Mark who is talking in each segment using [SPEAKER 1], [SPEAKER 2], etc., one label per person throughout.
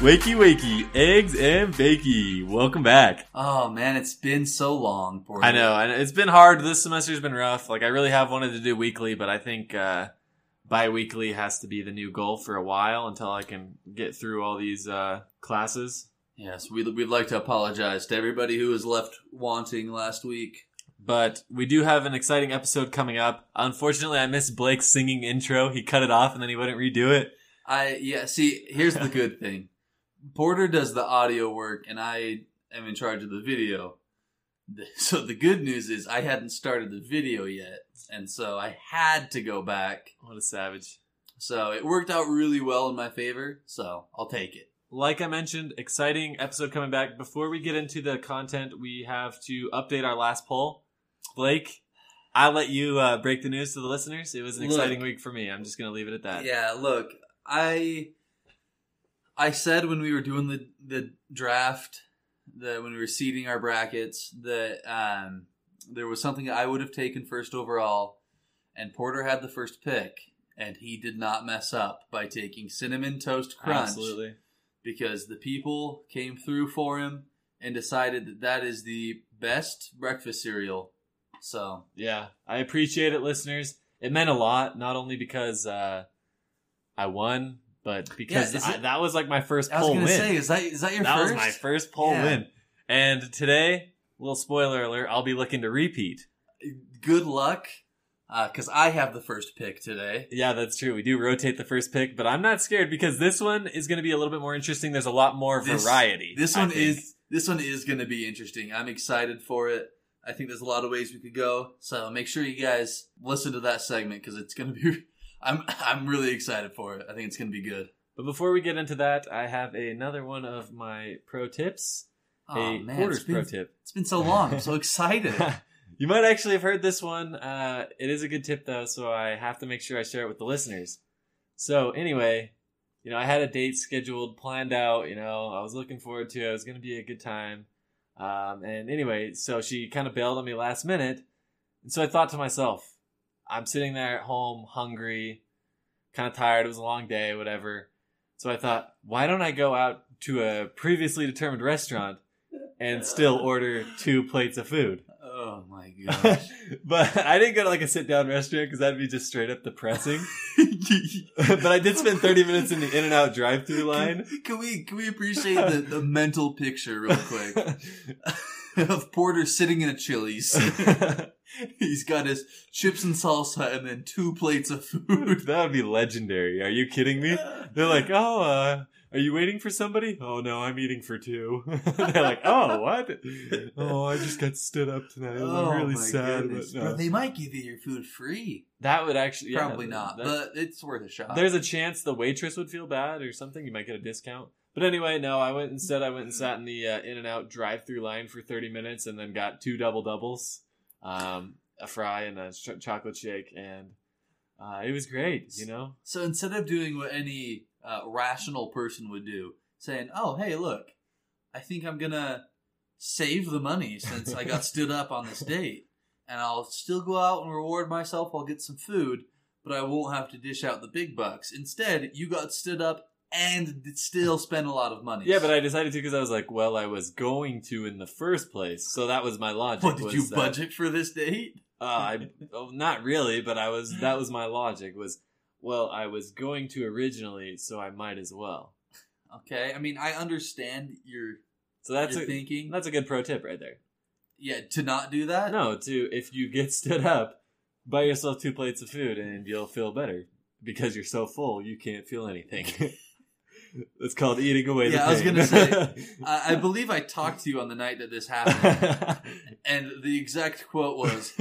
[SPEAKER 1] Wakey wakey, eggs and bakey. Welcome back.
[SPEAKER 2] Oh man, it's been so long. For
[SPEAKER 1] I
[SPEAKER 2] you.
[SPEAKER 1] know, and it's been hard. This semester's been rough. Like I really have wanted to do weekly, but I think uh bi-weekly has to be the new goal for a while until I can get through all these uh classes.
[SPEAKER 2] Yes, we'd, we'd like to apologize to everybody who was left wanting last week.
[SPEAKER 1] But we do have an exciting episode coming up. Unfortunately, I missed Blake's singing intro. He cut it off and then he wouldn't redo it.
[SPEAKER 2] I yeah. See, here's the good thing. Porter does the audio work, and I am in charge of the video. The- So the good news is I hadn't started the video yet, and so I had to go back.
[SPEAKER 1] What a savage.
[SPEAKER 2] So it worked out really well in my favor. So I'll take it.
[SPEAKER 1] like I mentioned, exciting episode coming back. Before we get into the content, we have to update our last poll. Blake, I let you uh, break the news to the listeners. It was an
[SPEAKER 2] Look.
[SPEAKER 1] exciting week for me. I'm just going to leave it at that.
[SPEAKER 2] Yeah, look, I I said when we were doing the the draft that when we were seeding our brackets that um there was something I would have taken first overall and Porter had the first pick and he did not mess up by taking cinnamon toast crunch
[SPEAKER 1] absolutely.
[SPEAKER 2] because the people came through for him and decided that that is the best breakfast cereal. So,
[SPEAKER 1] Yeah, I appreciate it, listeners. It meant a lot, not only because uh, I won, but because
[SPEAKER 2] is
[SPEAKER 1] I-
[SPEAKER 2] it-
[SPEAKER 1] that was like my first
[SPEAKER 2] I was
[SPEAKER 1] poll
[SPEAKER 2] going
[SPEAKER 1] win.
[SPEAKER 2] to say is that is that your
[SPEAKER 1] that
[SPEAKER 2] first?
[SPEAKER 1] was my first poll
[SPEAKER 2] Yeah.
[SPEAKER 1] win. And today, little spoiler alert, I'll be looking to repeat.
[SPEAKER 2] good luck because I have the first pick today.
[SPEAKER 1] Yeah, that's true. We do rotate the first pick, but I'm not scared because this one is going to be a little bit more interesting. There's a lot more
[SPEAKER 2] This-
[SPEAKER 1] variety.
[SPEAKER 2] This
[SPEAKER 1] I
[SPEAKER 2] one
[SPEAKER 1] think.
[SPEAKER 2] is this one is going to be interesting. I'm excited for it. I think there's a lot of ways we could go. So make sure you guys listen to that segment because it's going to be. I'm I'm really excited for it. I think it's going to be good.
[SPEAKER 1] But before we get into that, I have another one of my pro tips,
[SPEAKER 2] Oh
[SPEAKER 1] a
[SPEAKER 2] man,
[SPEAKER 1] quarters
[SPEAKER 2] it's been,
[SPEAKER 1] pro tip.
[SPEAKER 2] it's been so long. I'm so excited.
[SPEAKER 1] you might actually have heard this one. Uh, it is a good tip though, so I have to make sure I share it with the listeners. So anyway, you know, I had a date scheduled, planned out. You know, I was looking forward to. it. It was going to be a good time. Um, and anyway, so she kind of bailed on me last minute, and so I thought to myself, I'm sitting there at home, hungry, kind of tired. It was a long day, whatever. So I thought, why don't I go out to a previously determined restaurant and still order two plates of food?
[SPEAKER 2] Oh my gosh.
[SPEAKER 1] but I didn't go to like a sit down restaurant because that'd be just straight up depressing. but I did spend 30 minutes in the In and Out drive through line.
[SPEAKER 2] Can, can we can we appreciate the, the mental picture real quick of Porter sitting in a Chili's?
[SPEAKER 1] that
[SPEAKER 2] He's got his chips and salsa and then two plates of food.
[SPEAKER 1] would be legendary. Are you kidding me? They're like, oh, uh, are you waiting for somebody? Oh, no, I'm eating for two. They're like, oh, what? Oh, I just got stood up tonight. I'm really sad. But
[SPEAKER 2] Oh Bro,
[SPEAKER 1] no.
[SPEAKER 2] they might give you your food free.
[SPEAKER 1] That would actually. yeah,
[SPEAKER 2] Probably not,
[SPEAKER 1] that-
[SPEAKER 2] but it's worth a shot.
[SPEAKER 1] There's a chance the waitress would feel bad or something. You might get a discount. But anyway, no, I went instead. I went and sat in the uh, In and Out drive through line for 30 minutes and then got two double doubles, um, a fry and a ch- chocolate shake, and uh, it was great. You know,
[SPEAKER 2] so instead of doing what any uh, rational person would do, saying, "Oh, hey, look, I think I'm gonna save the money since I got stood up on this date, and I'll still go out and reward myself. I'll get some food, but I won't have to dish out the big bucks." Instead, you got stood up and did still spent a lot of money.
[SPEAKER 1] yeah. But I decided to because I was like, well, I was going to in the first place, so that was my logic.
[SPEAKER 2] What did
[SPEAKER 1] was
[SPEAKER 2] you
[SPEAKER 1] that-
[SPEAKER 2] budget for this date?
[SPEAKER 1] Uh, I oh, not really, but I was. That was my logic. Was well, I was going to originally, so I might as well.
[SPEAKER 2] Okay, I mean, I understand your
[SPEAKER 1] So that's
[SPEAKER 2] your
[SPEAKER 1] a,
[SPEAKER 2] thinking.
[SPEAKER 1] that's a good pro tip right there.
[SPEAKER 2] yeah, to not do that.
[SPEAKER 1] No, to if you get stood up, buy yourself two plates of food and you'll feel better because you're so full you can't feel anything. it's called eating away.
[SPEAKER 2] Yeah,
[SPEAKER 1] the
[SPEAKER 2] I was
[SPEAKER 1] pain.
[SPEAKER 2] gonna say, I, I believe I talked to you on the night that this happened, and the exact quote was,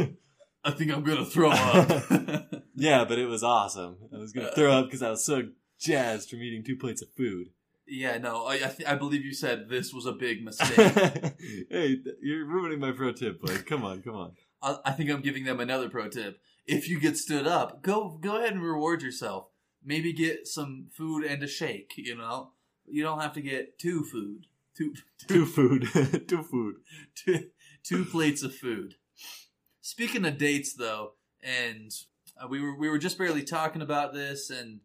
[SPEAKER 2] "I think I'm gonna throw up." Uh,
[SPEAKER 1] yeah, but it was awesome. I was gonna throw up because I was so jazzed from eating two plates of food.
[SPEAKER 2] yeah, no, I I, th- I believe you said this was a big mistake.
[SPEAKER 1] hey, th- you're ruining my pro tip, Blake. Come on, come on.
[SPEAKER 2] I, I think I'm giving them another pro tip. If you get stood up, go go ahead and reward yourself. Maybe get some food and a shake. You know, you don't have to get two food, two
[SPEAKER 1] Two food, two food.
[SPEAKER 2] two, two plates of food. Speaking of dates, though, and uh, we were we were just barely talking about this, and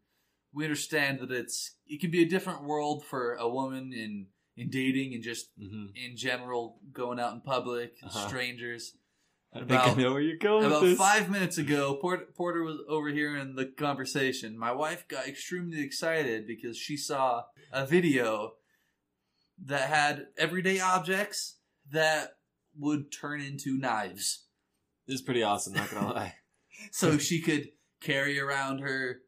[SPEAKER 2] we understand that it's it can be a different world for a woman in in dating and just
[SPEAKER 1] Mm-hmm.
[SPEAKER 2] in general going out in public,
[SPEAKER 1] Uh-huh.
[SPEAKER 2] strangers.
[SPEAKER 1] I
[SPEAKER 2] About-
[SPEAKER 1] think I know where you're going with
[SPEAKER 2] About
[SPEAKER 1] this.
[SPEAKER 2] five minutes ago, Port- Porter was over here in the conversation. My wife got extremely excited because she saw a video that had everyday objects that would turn into knives.
[SPEAKER 1] This is pretty awesome. Not gonna lie.
[SPEAKER 2] So she could carry around her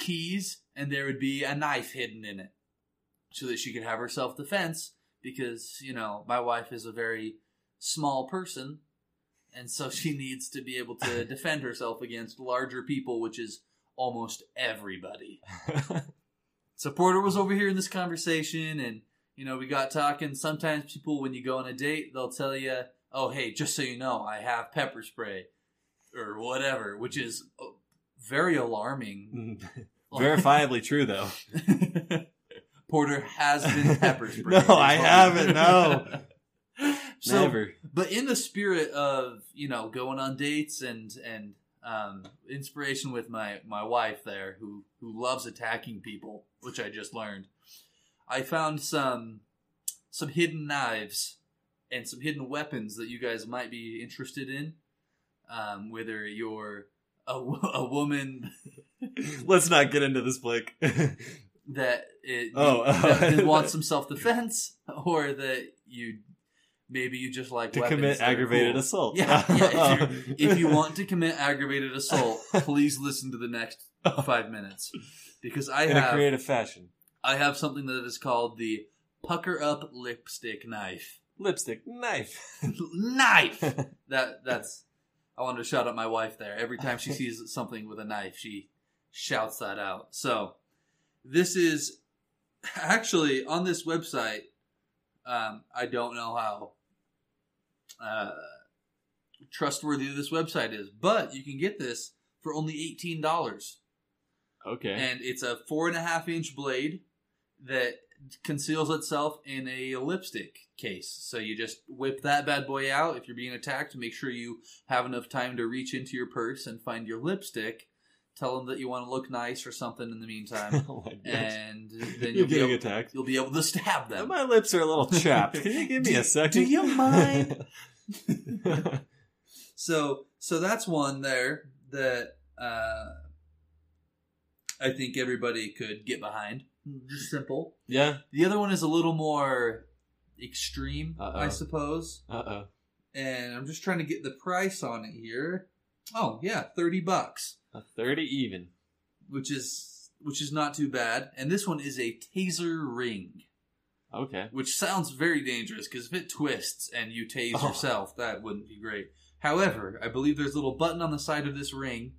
[SPEAKER 2] keys and there would be a knife hidden in it so that she could have her self defense because, you know, my wife is a very small person and so she needs to be able to defend herself against larger people, which is almost everybody. So Porter was over here in this conversation and, you know, we got talking. Sometimes people, when you go on a date, they'll tell you, oh, hey, just so you know, I have pepper spray or whatever, which is uh, very alarming.
[SPEAKER 1] Verifiably true though.
[SPEAKER 2] Porter has been pepper sprayed.
[SPEAKER 1] No,
[SPEAKER 2] is what
[SPEAKER 1] I
[SPEAKER 2] we-
[SPEAKER 1] haven't, no.
[SPEAKER 2] so,
[SPEAKER 1] Never.
[SPEAKER 2] but in the spirit of you know going on dates and and um, inspiration with my my wife there, who who loves attacking people, which I just learned, I found some some hidden knives and some hidden weapons that you guys might be interested in. Um, whether you're a, wo- a woman
[SPEAKER 1] Let's not get into this, Blake.
[SPEAKER 2] that it
[SPEAKER 1] Oh,
[SPEAKER 2] that
[SPEAKER 1] oh.
[SPEAKER 2] wants some self defense, or that you maybe you just like
[SPEAKER 1] to
[SPEAKER 2] weapons
[SPEAKER 1] commit
[SPEAKER 2] that are
[SPEAKER 1] aggravated
[SPEAKER 2] cool.
[SPEAKER 1] assault. Um,
[SPEAKER 2] Yeah, yeah, If you want to commit aggravated assault, please listen to the next five minutes because I
[SPEAKER 1] Oh. in a
[SPEAKER 2] have
[SPEAKER 1] creative fashion,
[SPEAKER 2] I have something that is called the pucker up lipstick knife.
[SPEAKER 1] lipstick, knife.
[SPEAKER 2] knife. That that's I wanted to shout out my wife there. Every time she sees something with a knife, she shouts that out. So this is actually on this website. Um, I don't know how uh, trustworthy this website is, but you can get this for only eighteen dollars,
[SPEAKER 1] okay.
[SPEAKER 2] and it's a four and a half inch blade that conceals itself in a lipstick case. So you just whip that bad boy out. If you're being attacked, make sure you have enough time to reach into your purse and find your lipstick. Tell them that you want to look nice or something in the meantime,
[SPEAKER 1] oh my gosh.
[SPEAKER 2] and
[SPEAKER 1] You're
[SPEAKER 2] then you'll be,
[SPEAKER 1] getting
[SPEAKER 2] able,
[SPEAKER 1] attacked.
[SPEAKER 2] you'll be able to stab them.
[SPEAKER 1] My lips are a little chapped. Can you give me
[SPEAKER 2] Do-
[SPEAKER 1] a second?
[SPEAKER 2] do you mind? So so that's one there that uh, I think everybody could get behind. Just simple.
[SPEAKER 1] yeah.
[SPEAKER 2] The other one is a little more extreme,
[SPEAKER 1] Uh-oh.
[SPEAKER 2] I suppose.
[SPEAKER 1] Uh oh.
[SPEAKER 2] And I'm just trying to get the price on it here. Oh yeah, thirty bucks,
[SPEAKER 1] A thirty even.
[SPEAKER 2] which is which is not too bad. And this one is a taser ring,
[SPEAKER 1] Okay.
[SPEAKER 2] which sounds very dangerous because if it twists and you tase
[SPEAKER 1] Oh.
[SPEAKER 2] yourself, that wouldn't be great. However, I believe there's a little button on the side of this ring,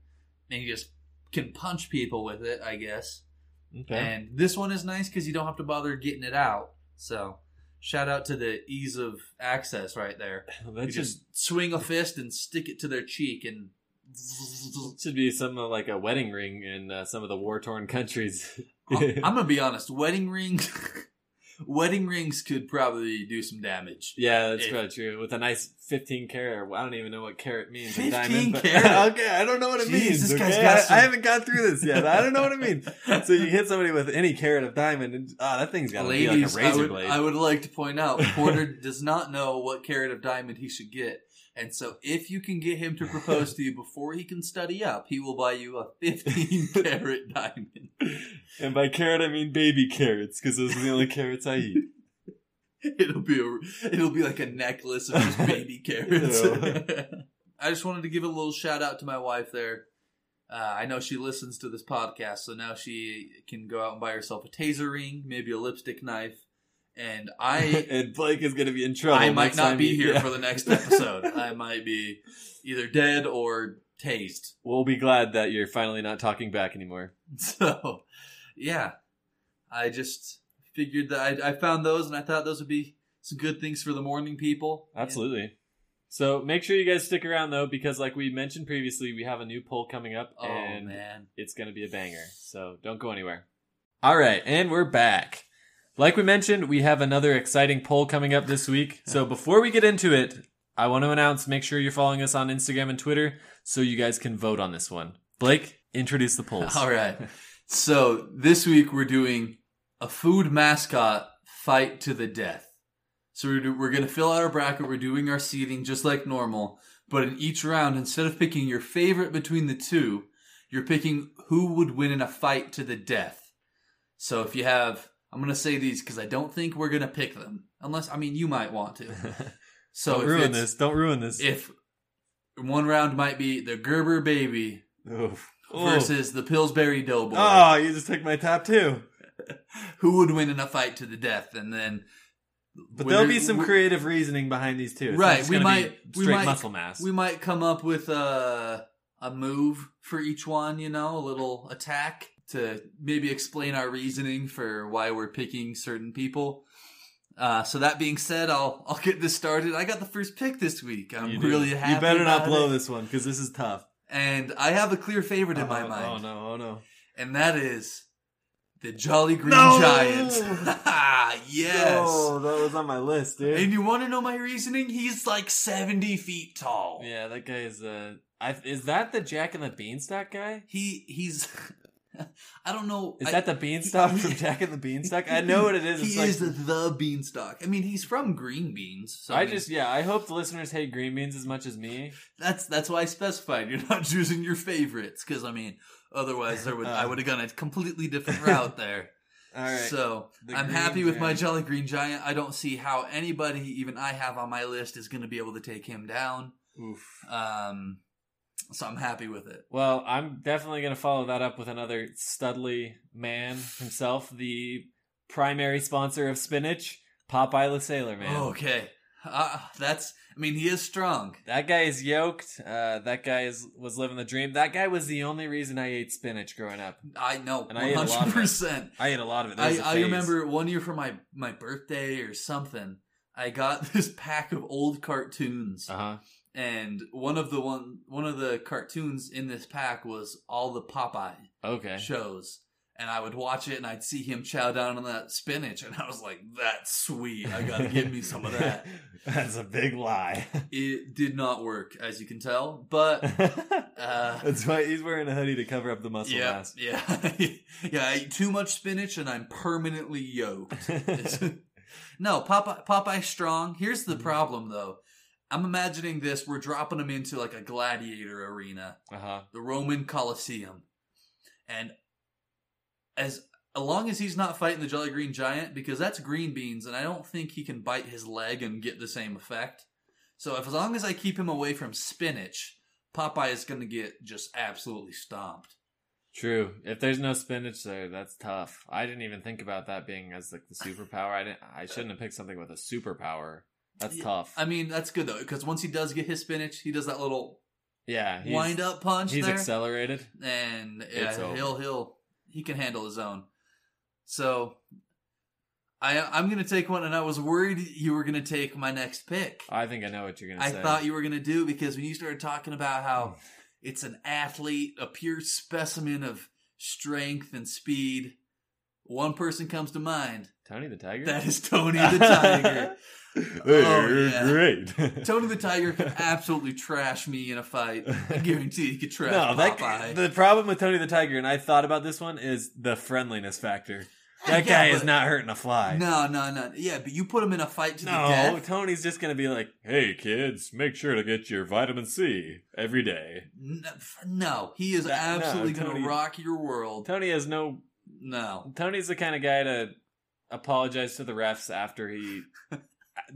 [SPEAKER 2] and you just can punch people with it. I guess.
[SPEAKER 1] Okay.
[SPEAKER 2] And this one is nice because you don't have to bother getting it out. So shout out to the ease of access right there. You
[SPEAKER 1] that just
[SPEAKER 2] just swing a fist and stick it to their cheek and
[SPEAKER 1] should be some of like a wedding ring in uh, some of the war torn countries.
[SPEAKER 2] I'm, I'm gonna be honest, wedding rings wedding rings could probably do some damage.
[SPEAKER 1] Yeah, that's
[SPEAKER 2] If-
[SPEAKER 1] probably true. With a nice 15 carat, or I don't even know what carat means.
[SPEAKER 2] 15
[SPEAKER 1] in diamond, but-
[SPEAKER 2] carat?
[SPEAKER 1] okay, I don't know what it
[SPEAKER 2] Jeez,
[SPEAKER 1] means.
[SPEAKER 2] this guy's
[SPEAKER 1] okay?
[SPEAKER 2] got
[SPEAKER 1] I-
[SPEAKER 2] some-
[SPEAKER 1] I, haven't got through this yet. I don't know what it means. So you hit somebody with any carat of diamond, and ah, that thing's got to be like a
[SPEAKER 2] Ladies, I,
[SPEAKER 1] razor
[SPEAKER 2] would,
[SPEAKER 1] blade.
[SPEAKER 2] I would like to point out Porter does not know what carat of diamond he should get. And so if you can get him to propose to you before he can study up, he will buy you a 15 carat diamond.
[SPEAKER 1] and by carat, I mean baby carrots, because those are the only carrots I eat.
[SPEAKER 2] It'll be a, it'll be like a necklace of just baby carrots.
[SPEAKER 1] Ew.
[SPEAKER 2] I just wanted to give a little shout out to my wife there. Uh, I know she listens to this podcast, so now she can go out and buy herself a taser ring, maybe a lipstick knife, and I
[SPEAKER 1] and Blake is going to be in trouble.
[SPEAKER 2] I might
[SPEAKER 1] next
[SPEAKER 2] not
[SPEAKER 1] time
[SPEAKER 2] be
[SPEAKER 1] he-
[SPEAKER 2] here
[SPEAKER 1] yeah.
[SPEAKER 2] for the next episode. I might be either dead or tased.
[SPEAKER 1] We'll be glad that you're finally not talking back anymore.
[SPEAKER 2] So, yeah, I just figured that I, I found those, and I thought those would be some good things for the morning people.
[SPEAKER 1] Absolutely. So make sure you guys stick around though, because like we mentioned previously, we have a new poll coming up,
[SPEAKER 2] Oh
[SPEAKER 1] and
[SPEAKER 2] man.
[SPEAKER 1] it's going to be a banger. So don't go anywhere. All right, and we're back. Like we mentioned, we have another exciting poll coming up this week. So before we get into it, I want to announce make sure you're following us on Instagram and Twitter so you guys can vote on this one. Blake, introduce the polls.
[SPEAKER 2] All right. So this week we're doing a food mascot fight to the death. So we're, do- we're going to fill out our bracket. We're doing our seeding just like normal. But in each round, instead of picking your favorite between the two, you're picking who would win in a fight to the death. So if you have, I'm going to say these because I don't think we're going to pick them. Unless, I mean, you might want to. So
[SPEAKER 1] Don't
[SPEAKER 2] if
[SPEAKER 1] ruin
[SPEAKER 2] it's-
[SPEAKER 1] this. Don't ruin this.
[SPEAKER 2] If one round might be the Gerber baby
[SPEAKER 1] Oof. Ooh.
[SPEAKER 2] versus the Pillsbury Doughboy.
[SPEAKER 1] Oh, you just took my top two.
[SPEAKER 2] who would win in a fight to the death, and then
[SPEAKER 1] But
[SPEAKER 2] Winner-
[SPEAKER 1] there'll be some
[SPEAKER 2] we-
[SPEAKER 1] creative reasoning behind these two. It's not
[SPEAKER 2] Right,
[SPEAKER 1] just
[SPEAKER 2] we
[SPEAKER 1] gonna be
[SPEAKER 2] might- we
[SPEAKER 1] straight
[SPEAKER 2] might-
[SPEAKER 1] muscle mass.
[SPEAKER 2] we might come up with a a move for each one. You know, a little attack to maybe explain our reasoning for why we're picking certain people. Uh, so that being said, I'll I'll get this started. I got the first pick this week. I'm
[SPEAKER 1] You do.
[SPEAKER 2] really happy.
[SPEAKER 1] You better not
[SPEAKER 2] about
[SPEAKER 1] blow
[SPEAKER 2] it.
[SPEAKER 1] this one because this is tough.
[SPEAKER 2] And I have a clear favorite in my
[SPEAKER 1] oh,
[SPEAKER 2] mind.
[SPEAKER 1] Oh no! Oh no!
[SPEAKER 2] and that is the Jolly Green
[SPEAKER 1] No!
[SPEAKER 2] Giants. yes.
[SPEAKER 1] Oh, that was on my list, dude.
[SPEAKER 2] And you want to know my reasoning? He's like 70 feet tall.
[SPEAKER 1] yeah, that guy is. Uh, I, is that the Jack and the Beanstalk guy?
[SPEAKER 2] He he's I don't know.
[SPEAKER 1] Is
[SPEAKER 2] I-
[SPEAKER 1] that the Beanstalk from Jack and the Beanstalk? I know what it is.
[SPEAKER 2] He
[SPEAKER 1] It's like,
[SPEAKER 2] is the beanstalk. I mean, he's from green beans. So
[SPEAKER 1] I
[SPEAKER 2] mean,
[SPEAKER 1] just yeah. I hope the listeners hate green beans as much as me.
[SPEAKER 2] that's that's why I specified you're not choosing your favorites because I mean, otherwise there would I
[SPEAKER 1] Um.
[SPEAKER 2] would have gone a completely different route there.
[SPEAKER 1] All right.
[SPEAKER 2] So
[SPEAKER 1] The
[SPEAKER 2] I'm
[SPEAKER 1] Green
[SPEAKER 2] happy with my
[SPEAKER 1] Giant.
[SPEAKER 2] Jolly Green Giant. I don't see how anybody, even I have on my list, is going to be able to take him down.
[SPEAKER 1] Oof.
[SPEAKER 2] Um, so I'm happy with it.
[SPEAKER 1] Well, I'm definitely going to follow that up with another studly man himself, the primary sponsor of spinach, Popeye the Sailor Man.
[SPEAKER 2] Okay, uh, that's. I mean, he is strong.
[SPEAKER 1] That guy is yoked. Uh, that guy is was living the dream. That guy was the only reason I ate spinach growing up.
[SPEAKER 2] I know,
[SPEAKER 1] And I ate a lot
[SPEAKER 2] one
[SPEAKER 1] of it.
[SPEAKER 2] hundred percent.
[SPEAKER 1] I ate a lot of it. There
[SPEAKER 2] I
[SPEAKER 1] was a
[SPEAKER 2] I
[SPEAKER 1] phase.
[SPEAKER 2] remember one year for my my birthday or something. I got this pack of old cartoons,
[SPEAKER 1] Uh-huh.
[SPEAKER 2] and one of the one one of the cartoons in this pack was all the Popeye
[SPEAKER 1] Okay.
[SPEAKER 2] shows. And I would watch it and I'd see him chow down on that spinach. And I was like, that's sweet. I got to give me some of that.
[SPEAKER 1] That's a big lie.
[SPEAKER 2] It did not work, as you can tell. But
[SPEAKER 1] That's why he's wearing a hoodie to cover up the muscle
[SPEAKER 2] Uh, yeah, yeah. yeah, I eat too much spinach and I'm permanently yoked.
[SPEAKER 1] mass.
[SPEAKER 2] Uh-huh. no, Popeye, Popeye's strong. Here's the
[SPEAKER 1] Mhm.
[SPEAKER 2] problem, though. I'm imagining this. We're dropping him into like a gladiator arena.
[SPEAKER 1] uh-huh.
[SPEAKER 2] the Roman Colosseum. And as as long as he's not fighting the Jolly Green Giant, because that's green beans, and I don't think he can bite his leg and get the same effect. So if as long as I keep him away from spinach, Popeye is going to get just absolutely stomped.
[SPEAKER 1] True. If there's no spinach there, that's tough. I didn't even think about that being as like the superpower. I didn't. I shouldn't have picked something with a superpower. That's
[SPEAKER 2] Yeah,
[SPEAKER 1] tough.
[SPEAKER 2] I mean, that's good though, because once he does get his spinach, he does that little
[SPEAKER 1] yeah. He's,
[SPEAKER 2] wind up punch
[SPEAKER 1] He's
[SPEAKER 2] there,
[SPEAKER 1] accelerated.
[SPEAKER 2] and
[SPEAKER 1] It's
[SPEAKER 2] yeah,
[SPEAKER 1] over.
[SPEAKER 2] he'll he'll he can handle his own. So. I, I'm gonna take one, and I was worried you were gonna take my next pick.
[SPEAKER 1] I think I know what you're gonna
[SPEAKER 2] I
[SPEAKER 1] say. Hmm.
[SPEAKER 2] thought you were going to do because when you started talking about how it's an athlete, a pure specimen of strength and speed, one person comes to mind.
[SPEAKER 1] Tony the Tiger.
[SPEAKER 2] That is Tony the Tiger. Oh,
[SPEAKER 1] you're
[SPEAKER 2] yeah.
[SPEAKER 1] great.
[SPEAKER 2] Tony the Tiger could absolutely trash me in a fight. I guarantee he could trash
[SPEAKER 1] no, that
[SPEAKER 2] Popeye.
[SPEAKER 1] the problem with Tony the Tiger, and I thought about this one is the friendliness factor. That guy
[SPEAKER 2] Yeah,
[SPEAKER 1] is
[SPEAKER 2] but-
[SPEAKER 1] not hurting a fly.
[SPEAKER 2] No, no, no. Yeah, but you put him in a fight to the
[SPEAKER 1] No,
[SPEAKER 2] death.
[SPEAKER 1] Tony's just gonna be like, "Hey kids, make sure to get your vitamin C every day."
[SPEAKER 2] N- No, he is
[SPEAKER 1] That- no,
[SPEAKER 2] absolutely going
[SPEAKER 1] Tony-
[SPEAKER 2] to rock your world.
[SPEAKER 1] Tony has no
[SPEAKER 2] No.
[SPEAKER 1] Tony's the kind of guy to apologize to the refs after he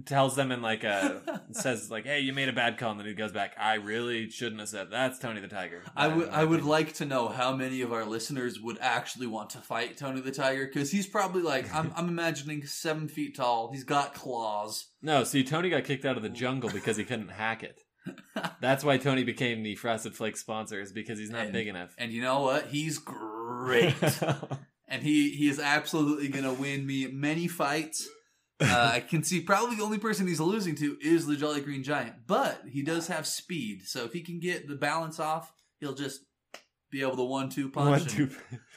[SPEAKER 1] tells them in like a says like, "Hey, you made a bad call," and then he goes back, "I really shouldn't have said." That's Tony the Tiger.
[SPEAKER 2] I would I would
[SPEAKER 1] like
[SPEAKER 2] like to know how many of our listeners would actually want to fight Tony the Tiger because he's probably like I'm I'm imagining seven feet tall. He's got claws.
[SPEAKER 1] no. See, Tony got kicked out of the jungle because he couldn't hack it. That's why Tony became the Frosted Flakes sponsor is because he's not
[SPEAKER 2] And-
[SPEAKER 1] big enough.
[SPEAKER 2] And you know what? He's great. and he he is absolutely gonna win me many fights. Uh, I can see probably the only person he's losing to is the Jolly Green Giant, but he does have speed. So if he can get the balance off, he'll just be able to one two punch.
[SPEAKER 1] One,
[SPEAKER 2] and
[SPEAKER 1] two.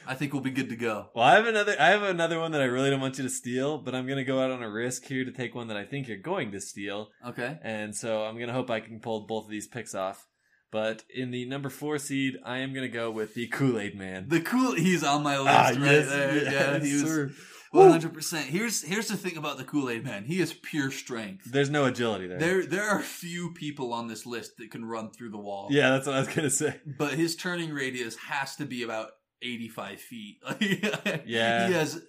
[SPEAKER 2] I think we'll be good to go.
[SPEAKER 1] Well, I have another. I have another one that I really don't want you to steal, but I'm gonna go out on a risk here to take one that I think you're going to steal.
[SPEAKER 2] Okay.
[SPEAKER 1] And so I'm going to hope I can pull both of these picks off. But in the number four seed, I am gonna go with the Kool Aid Man.
[SPEAKER 2] The cool he's on my list
[SPEAKER 1] Ah,
[SPEAKER 2] right
[SPEAKER 1] yes,
[SPEAKER 2] there. yeah,
[SPEAKER 1] yes,
[SPEAKER 2] he was
[SPEAKER 1] sir.
[SPEAKER 2] one hundred percent. Here's here's the thing about the Kool Aid Man. He is pure strength.
[SPEAKER 1] There's no agility there.
[SPEAKER 2] There there are few people on this list that can run through the wall.
[SPEAKER 1] Yeah, that's what I was gonna say.
[SPEAKER 2] but his turning radius has to be about 85 feet.
[SPEAKER 1] Yeah.
[SPEAKER 2] He has,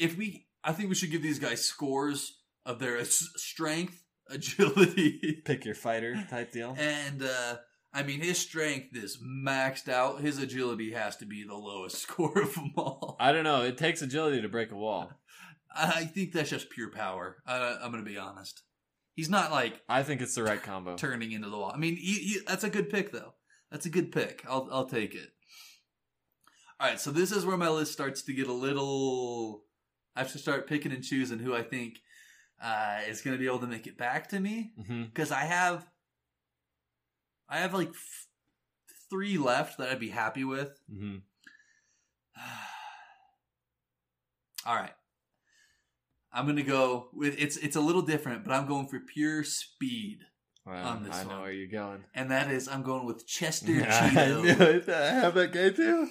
[SPEAKER 2] if we, I think we should give these guys scores of their s- strength, agility,
[SPEAKER 1] Pick your fighter type deal.
[SPEAKER 2] and, uh, I mean, his strength is maxed out. His agility has to be the lowest score of them all.
[SPEAKER 1] I don't know. It takes agility to break a wall.
[SPEAKER 2] I think that's just pure power. I, I'm going to be honest. He's not like
[SPEAKER 1] I think it's the right combo.
[SPEAKER 2] turning into the wall. I mean, he, he, that's a good pick, though. That's a good pick. I'll I'll take it. All right, so this is where my list starts to get a little. I have to start picking and choosing who I think uh, is going to be able to make it back to me
[SPEAKER 1] hmm
[SPEAKER 2] because I have, I have like f- three left that I'd be happy with.
[SPEAKER 1] hmm
[SPEAKER 2] All right. I'm gonna go with it's it's a little different, but I'm going for pure speed,
[SPEAKER 1] Well,
[SPEAKER 2] On this
[SPEAKER 1] I know
[SPEAKER 2] one.
[SPEAKER 1] where you're going.
[SPEAKER 2] and that is I'm going with Chester
[SPEAKER 1] I
[SPEAKER 2] Cheeto.
[SPEAKER 1] knew it. I have that guy too.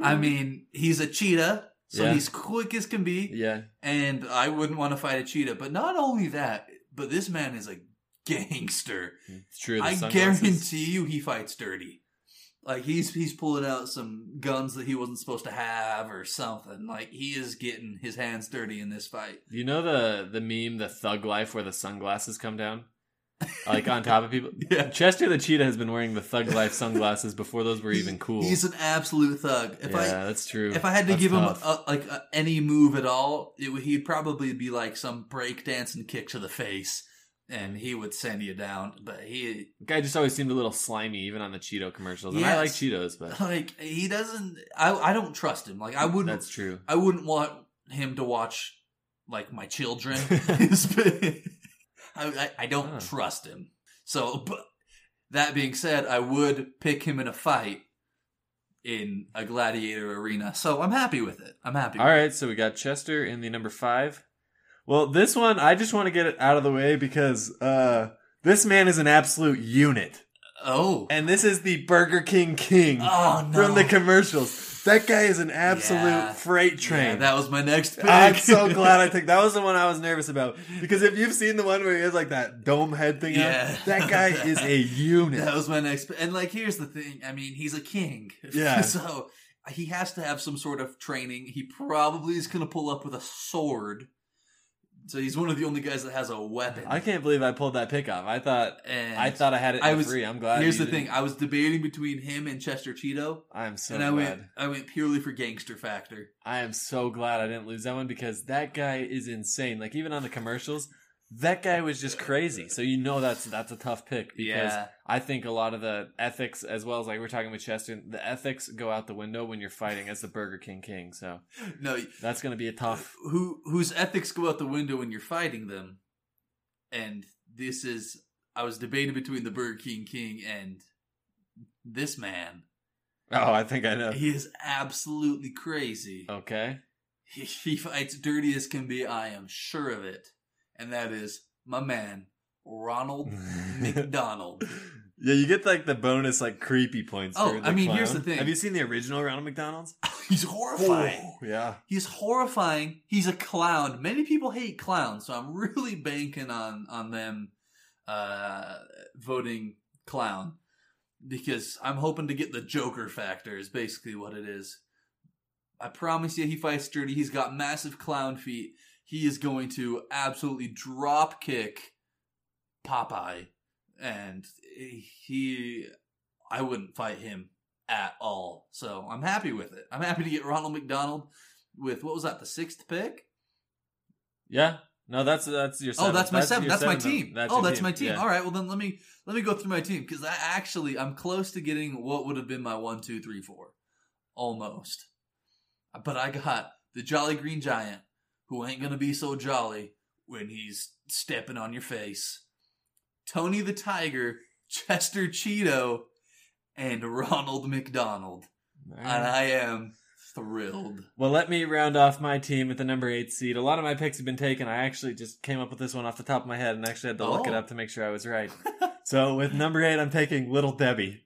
[SPEAKER 2] I mean, he's a cheetah, so
[SPEAKER 1] Yeah.
[SPEAKER 2] he's quick as can be,
[SPEAKER 1] yeah,
[SPEAKER 2] and I wouldn't want to fight a cheetah. But not only that, but this man is a gangster.
[SPEAKER 1] it's true. the
[SPEAKER 2] I
[SPEAKER 1] sunglasses-
[SPEAKER 2] guarantee you, he fights dirty. Like he's he's pulling out some guns that he wasn't supposed to have or something. Like he is getting his hands dirty in this fight.
[SPEAKER 1] You know the the meme, the thug life, where the sunglasses come down, like on top of people.
[SPEAKER 2] Yeah.
[SPEAKER 1] Chester the cheetah has been wearing the thug life sunglasses before those were even cool.
[SPEAKER 2] He's an absolute thug. If
[SPEAKER 1] yeah,
[SPEAKER 2] I
[SPEAKER 1] that's true.
[SPEAKER 2] If I had to
[SPEAKER 1] That's
[SPEAKER 2] give
[SPEAKER 1] tough.
[SPEAKER 2] him a, like a, any move at all, it, would- he'd probably be like some breakdance and kick to the face, and he would send you down. But he
[SPEAKER 1] guy just always seemed a little slimy, even on the Cheeto commercials. And I like
[SPEAKER 2] Yes.
[SPEAKER 1] Cheetos, but
[SPEAKER 2] like he doesn't. I I don't trust him. Like I wouldn't.
[SPEAKER 1] That's true.
[SPEAKER 2] I wouldn't want him to watch like my children. I, I I don't
[SPEAKER 1] Huh.
[SPEAKER 2] trust him. So, but that being said, I would pick him in a fight in a gladiator arena. So I'm happy with it. I'm happy.
[SPEAKER 1] All right, so we got Chester in the number five. Well, this one I just want to get it out of the way because uh, this man is an absolute unit,
[SPEAKER 2] Oh.
[SPEAKER 1] and this is the Burger King King
[SPEAKER 2] Oh no!
[SPEAKER 1] from the commercials. That guy is an absolute
[SPEAKER 2] Yeah.
[SPEAKER 1] freight
[SPEAKER 2] Yeah,
[SPEAKER 1] train.
[SPEAKER 2] that was my next pick.
[SPEAKER 1] I'm so glad I took that was the one I was nervous about because if you've seen the one where he has like that dome head thing,
[SPEAKER 2] Yeah.
[SPEAKER 1] up, that guy is a
[SPEAKER 2] that
[SPEAKER 1] unit.
[SPEAKER 2] was my next. And like, here's the thing. I mean, he's a king.
[SPEAKER 1] Yeah.
[SPEAKER 2] so he has to have some sort of training. He probably is going to pull up with a sword. So he's one of the only guys that has a weapon.
[SPEAKER 1] I can't believe I pulled that pick off. I thought
[SPEAKER 2] And
[SPEAKER 1] I thought I had it. I
[SPEAKER 2] I was-
[SPEAKER 1] was free. I'm glad.
[SPEAKER 2] Here's
[SPEAKER 1] you
[SPEAKER 2] the thing.
[SPEAKER 1] didn't.
[SPEAKER 2] I was debating between him and Chester Cheeto,
[SPEAKER 1] I'm so
[SPEAKER 2] and I
[SPEAKER 1] glad.
[SPEAKER 2] went. I went purely for gangster factor.
[SPEAKER 1] I am so glad I didn't lose that one because that guy is insane. Like even on the commercials, that guy was just crazy. So you know that's that's a tough pick because
[SPEAKER 2] yeah.
[SPEAKER 1] I think a lot of the ethics as well as like we're talking with Chester, the ethics go out the window when you're fighting as the Burger King King. So
[SPEAKER 2] No.
[SPEAKER 1] that's gonna be a tough
[SPEAKER 2] who whose ethics go out the window when you're fighting them. And this is I was debating between the Burger King King and this man.
[SPEAKER 1] Oh, I think I know.
[SPEAKER 2] He is absolutely crazy.
[SPEAKER 1] Okay.
[SPEAKER 2] He, he fights dirty as can be, I am sure of it. And that is my man, Ronald
[SPEAKER 1] Mm-hmm.
[SPEAKER 2] McDonald.
[SPEAKER 1] Yeah, you get like the bonus like creepy points.
[SPEAKER 2] Oh,
[SPEAKER 1] for
[SPEAKER 2] I mean,
[SPEAKER 1] clown.
[SPEAKER 2] here's the thing.
[SPEAKER 1] Have you seen the original Ronald McDonald's?
[SPEAKER 2] He's horrifying.
[SPEAKER 1] Oh, yeah.
[SPEAKER 2] He's horrifying. He's a clown. Many people hate clowns, so I'm really banking on on them uh, voting clown because I'm hoping to get the Joker factor. Is basically what it is. I promise you, he fights dirty. He's got massive clown feet. He is going to absolutely drop kick Popeye, and he. I wouldn't fight him at all. So I'm happy with it. I'm happy to get Ronald McDonald with what was that the sixth pick?
[SPEAKER 1] Yeah. No, that's that's your.
[SPEAKER 2] Oh,
[SPEAKER 1] seventh.
[SPEAKER 2] that's my seven.
[SPEAKER 1] your
[SPEAKER 2] That's my
[SPEAKER 1] seventh.
[SPEAKER 2] team. oh,
[SPEAKER 1] your
[SPEAKER 2] that's my team.
[SPEAKER 1] Yeah.
[SPEAKER 2] All right. Well, then let me let me go through my team because I actually I'm close to getting what would have been my one, two, three, four, almost. But I got the Jolly Green Giant, who ain't gonna be so jolly when he's stepping on your face. Tony the Tiger, Chester Cheeto, and Ronald McDonald,
[SPEAKER 1] All
[SPEAKER 2] and
[SPEAKER 1] right.
[SPEAKER 2] I am thrilled.
[SPEAKER 1] Well, let me round off my team at the number eight seed. A lot of my picks have been taken. I actually just came up with this one off the top of my head and actually had to look it
[SPEAKER 2] Oh.
[SPEAKER 1] up to make sure I was right. so with number eight, I'm taking Little Debbie.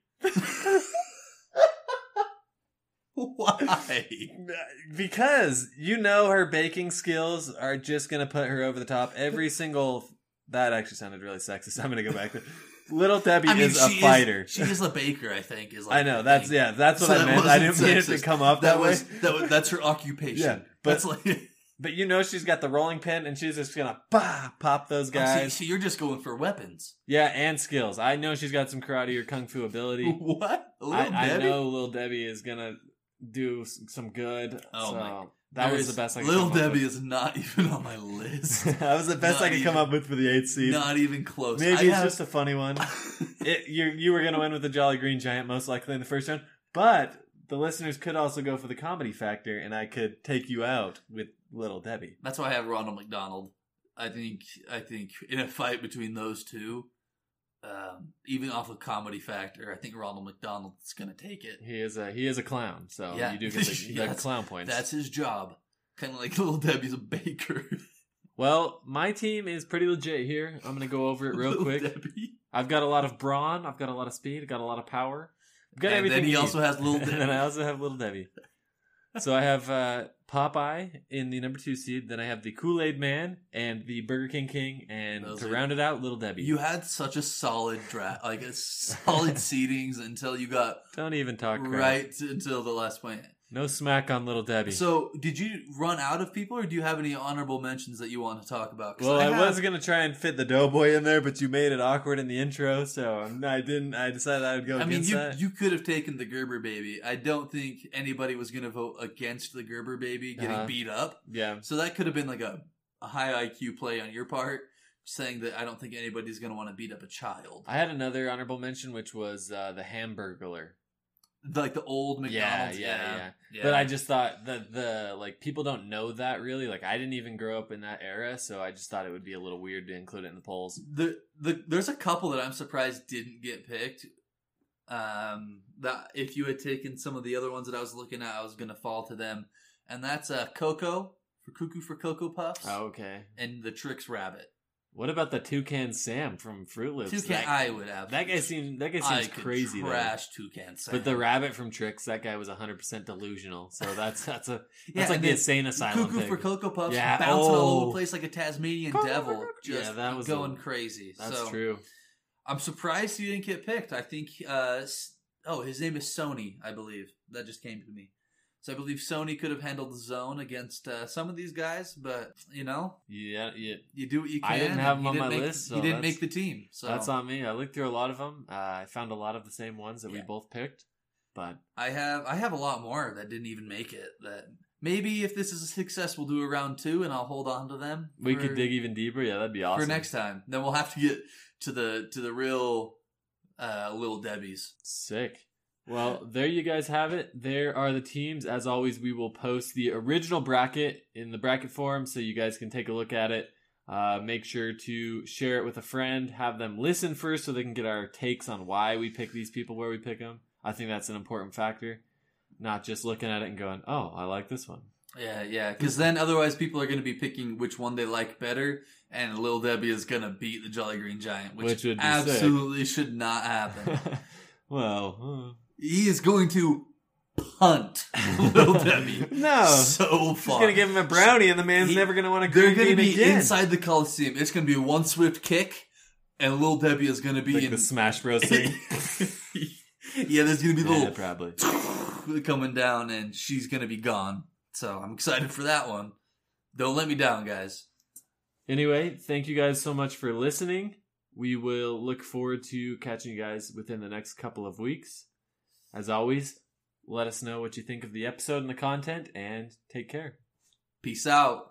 [SPEAKER 2] Why?
[SPEAKER 1] Because you know her baking skills are just gonna put her over the top. Every single that actually sounded really sexist. I'm gonna go back. there. Little Debbie
[SPEAKER 2] I mean,
[SPEAKER 1] is a
[SPEAKER 2] she
[SPEAKER 1] fighter.
[SPEAKER 2] Is, she is a baker, I think. Is like
[SPEAKER 1] I know
[SPEAKER 2] the
[SPEAKER 1] that's
[SPEAKER 2] thing.
[SPEAKER 1] yeah. That's what
[SPEAKER 2] So
[SPEAKER 1] I
[SPEAKER 2] that
[SPEAKER 1] meant. I didn't
[SPEAKER 2] wasn't
[SPEAKER 1] mean it to
[SPEAKER 2] sexist.
[SPEAKER 1] come up that,
[SPEAKER 2] That was,
[SPEAKER 1] way.
[SPEAKER 2] that was that's her occupation.
[SPEAKER 1] Yeah, but-
[SPEAKER 2] but that's like
[SPEAKER 1] But you know she's got the rolling pin, and she's just gonna bah, pop those
[SPEAKER 2] guys.
[SPEAKER 1] guys.
[SPEAKER 2] so you're just going for weapons.
[SPEAKER 1] yeah, and skills. I know she's got some karate or kung fu ability.
[SPEAKER 2] What? A little
[SPEAKER 1] I, I
[SPEAKER 2] Debbie?
[SPEAKER 1] know Little Debbie is gonna do s- some good.
[SPEAKER 2] Oh
[SPEAKER 1] so
[SPEAKER 2] my-
[SPEAKER 1] That
[SPEAKER 2] There
[SPEAKER 1] was
[SPEAKER 2] is-
[SPEAKER 1] the best I could
[SPEAKER 2] Little
[SPEAKER 1] come up
[SPEAKER 2] Debbie is not even on my list.
[SPEAKER 1] with. that was the best
[SPEAKER 2] Not
[SPEAKER 1] I could come
[SPEAKER 2] even-
[SPEAKER 1] up with for the eighth seed.
[SPEAKER 2] not even close.
[SPEAKER 1] Maybe
[SPEAKER 2] I
[SPEAKER 1] it's
[SPEAKER 2] have-
[SPEAKER 1] just a funny one. It, you you were gonna win with the Jolly Green Giant most likely in the first round, but the listeners could also go for the comedy factor, and I could take you out with Little Debbie.
[SPEAKER 2] That's why I have Ronald McDonald. I think I think in a fight between those two, um, even off of comedy factor, I think Ronald McDonald is going to take it.
[SPEAKER 1] He is a he is a clown, so
[SPEAKER 2] Yeah.
[SPEAKER 1] you do get the, the
[SPEAKER 2] Yes.
[SPEAKER 1] clown points.
[SPEAKER 2] That's his job. Kind of like little Debbie's a baker.
[SPEAKER 1] Well, my team is pretty legit here. I'm gonna go over it real
[SPEAKER 2] Little
[SPEAKER 1] quick.
[SPEAKER 2] Debbie.
[SPEAKER 1] I've got a lot of brawn. I've got a lot of speed. I've got a lot of power. I've got
[SPEAKER 2] and
[SPEAKER 1] everything.
[SPEAKER 2] then he
[SPEAKER 1] you
[SPEAKER 2] also
[SPEAKER 1] need.
[SPEAKER 2] has little
[SPEAKER 1] and then I
[SPEAKER 2] Debbie.
[SPEAKER 1] also have Little Debbie. So I have uh, Popeye in the number two seed. Then I have the Kool Aid Man and the Burger King King, and
[SPEAKER 2] Those
[SPEAKER 1] to
[SPEAKER 2] are-
[SPEAKER 1] round it out, Little Debbie.
[SPEAKER 2] you had such a solid draft, like a solid seedings until you got
[SPEAKER 1] Don't even talk Oh, crap.
[SPEAKER 2] right to, until the last point.
[SPEAKER 1] No smack on Little Debbie.
[SPEAKER 2] So, did you run out of people, or do you have any honorable mentions that you want to talk about? 'Cause
[SPEAKER 1] well, I,
[SPEAKER 2] have-
[SPEAKER 1] was gonna try and fit the Doughboy in there, but you made it awkward in the intro, so I'm- I didn't. I decided I would go
[SPEAKER 2] I mean,
[SPEAKER 1] against
[SPEAKER 2] you
[SPEAKER 1] that.
[SPEAKER 2] you could have taken the Gerber baby. I don't think anybody was going to vote against the Gerber baby getting
[SPEAKER 1] Uh-huh.
[SPEAKER 2] beat up.
[SPEAKER 1] yeah,
[SPEAKER 2] So that could have been like a, a high IQ play on your part, saying that I don't think anybody's going to want to beat up a child.
[SPEAKER 1] I had another honorable mention, which was uh, the Hamburglar.
[SPEAKER 2] like the old
[SPEAKER 1] Yeah, yeah,
[SPEAKER 2] McDonald's.
[SPEAKER 1] yeah,
[SPEAKER 2] yeah.
[SPEAKER 1] But I just thought that the like people don't know that really. Like I didn't even grow up in that era, so I just thought it would be a little weird to include it in the polls.
[SPEAKER 2] the the there's a couple that I'm surprised didn't get picked. Um, that if you had taken some of the other ones that I was looking at, I was gonna fall to them, and that's uh Coco for Cuckoo for Cocoa Puffs
[SPEAKER 1] Oh, okay.
[SPEAKER 2] and the Tricks Rabbit.
[SPEAKER 1] What about the Toucan Sam from Fruit Loops?
[SPEAKER 2] Toucan,
[SPEAKER 1] that,
[SPEAKER 2] I would have
[SPEAKER 1] that guy seems that guy seems
[SPEAKER 2] I could
[SPEAKER 1] crazy though.
[SPEAKER 2] Trash Toucan Sam.
[SPEAKER 1] But the rabbit from Tricks, that guy was 100 percent delusional. So that's that's a that's like
[SPEAKER 2] and
[SPEAKER 1] the
[SPEAKER 2] then
[SPEAKER 1] insane asylum
[SPEAKER 2] Cuckoo
[SPEAKER 1] thing.
[SPEAKER 2] for Cocoa Puffs
[SPEAKER 1] Yeah,
[SPEAKER 2] bouncing all over
[SPEAKER 1] oh.
[SPEAKER 2] the place like a Tasmanian
[SPEAKER 1] Cocoa,
[SPEAKER 2] devil,
[SPEAKER 1] cocoa.
[SPEAKER 2] just
[SPEAKER 1] Yeah, that was a-
[SPEAKER 2] going crazy.
[SPEAKER 1] that's
[SPEAKER 2] so,
[SPEAKER 1] true.
[SPEAKER 2] I'm surprised he didn't get picked. I think. Uh, S- oh, his name is Sony, I believe. That just came to me. So I believe Sony could have handled the zone against uh, some of these guys, but you know,
[SPEAKER 1] Yeah, yeah.
[SPEAKER 2] you do what you can.
[SPEAKER 1] I didn't have him
[SPEAKER 2] You
[SPEAKER 1] on
[SPEAKER 2] didn't
[SPEAKER 1] my
[SPEAKER 2] make-
[SPEAKER 1] list, so
[SPEAKER 2] you didn't
[SPEAKER 1] that's-
[SPEAKER 2] make the team. So
[SPEAKER 1] That's on me. I looked through a lot of them. Uh, I found a lot of the same ones that we
[SPEAKER 2] Yeah.
[SPEAKER 1] both picked, but
[SPEAKER 2] I have I have a lot more that didn't even make it. That maybe if this is a success, we'll do a round two, and I'll hold on to them.
[SPEAKER 1] we
[SPEAKER 2] for-
[SPEAKER 1] could dig even deeper. Yeah, that'd be awesome.
[SPEAKER 2] for next time. Then we'll have to get to the to the real uh, little Debbie's.
[SPEAKER 1] Sick. Well, there you guys have it. There are the teams. As always, we will post the original bracket in the bracket forum so you guys can take a look at it. Uh, make sure to share it with a friend. Have them listen first so they can get our takes on why we pick these people where we pick them. I think that's an important factor. Not just looking at it and going, oh, I like this one.
[SPEAKER 2] Yeah, yeah. Because then otherwise people are going to be picking which one they like better, and Lil Debbie is going to beat the Jolly Green Giant, which,
[SPEAKER 1] Which would be
[SPEAKER 2] absolutely should not happen.
[SPEAKER 1] well,
[SPEAKER 2] he is going to punt Lil Debbie.
[SPEAKER 1] No.
[SPEAKER 2] so
[SPEAKER 1] She's
[SPEAKER 2] far.
[SPEAKER 1] going to give him a brownie and the man's
[SPEAKER 2] He-
[SPEAKER 1] never going to want to
[SPEAKER 2] They're
[SPEAKER 1] green
[SPEAKER 2] going to
[SPEAKER 1] bean
[SPEAKER 2] be
[SPEAKER 1] again.
[SPEAKER 2] inside the Coliseum. It's going to be one swift kick, and Lil Debbie is going to be
[SPEAKER 1] Like
[SPEAKER 2] in.
[SPEAKER 1] the Smash Bros. thing.
[SPEAKER 2] yeah, there's going to be little
[SPEAKER 1] yeah, probably.
[SPEAKER 2] coming down and she's gonna be gone. So I'm excited for that one. Don't let me down, guys.
[SPEAKER 1] Anyway, thank you guys so much for listening. We will look forward to catching you guys within the next couple of weeks. As always, let us know what you think of the episode and the content, and take care.
[SPEAKER 2] Peace out.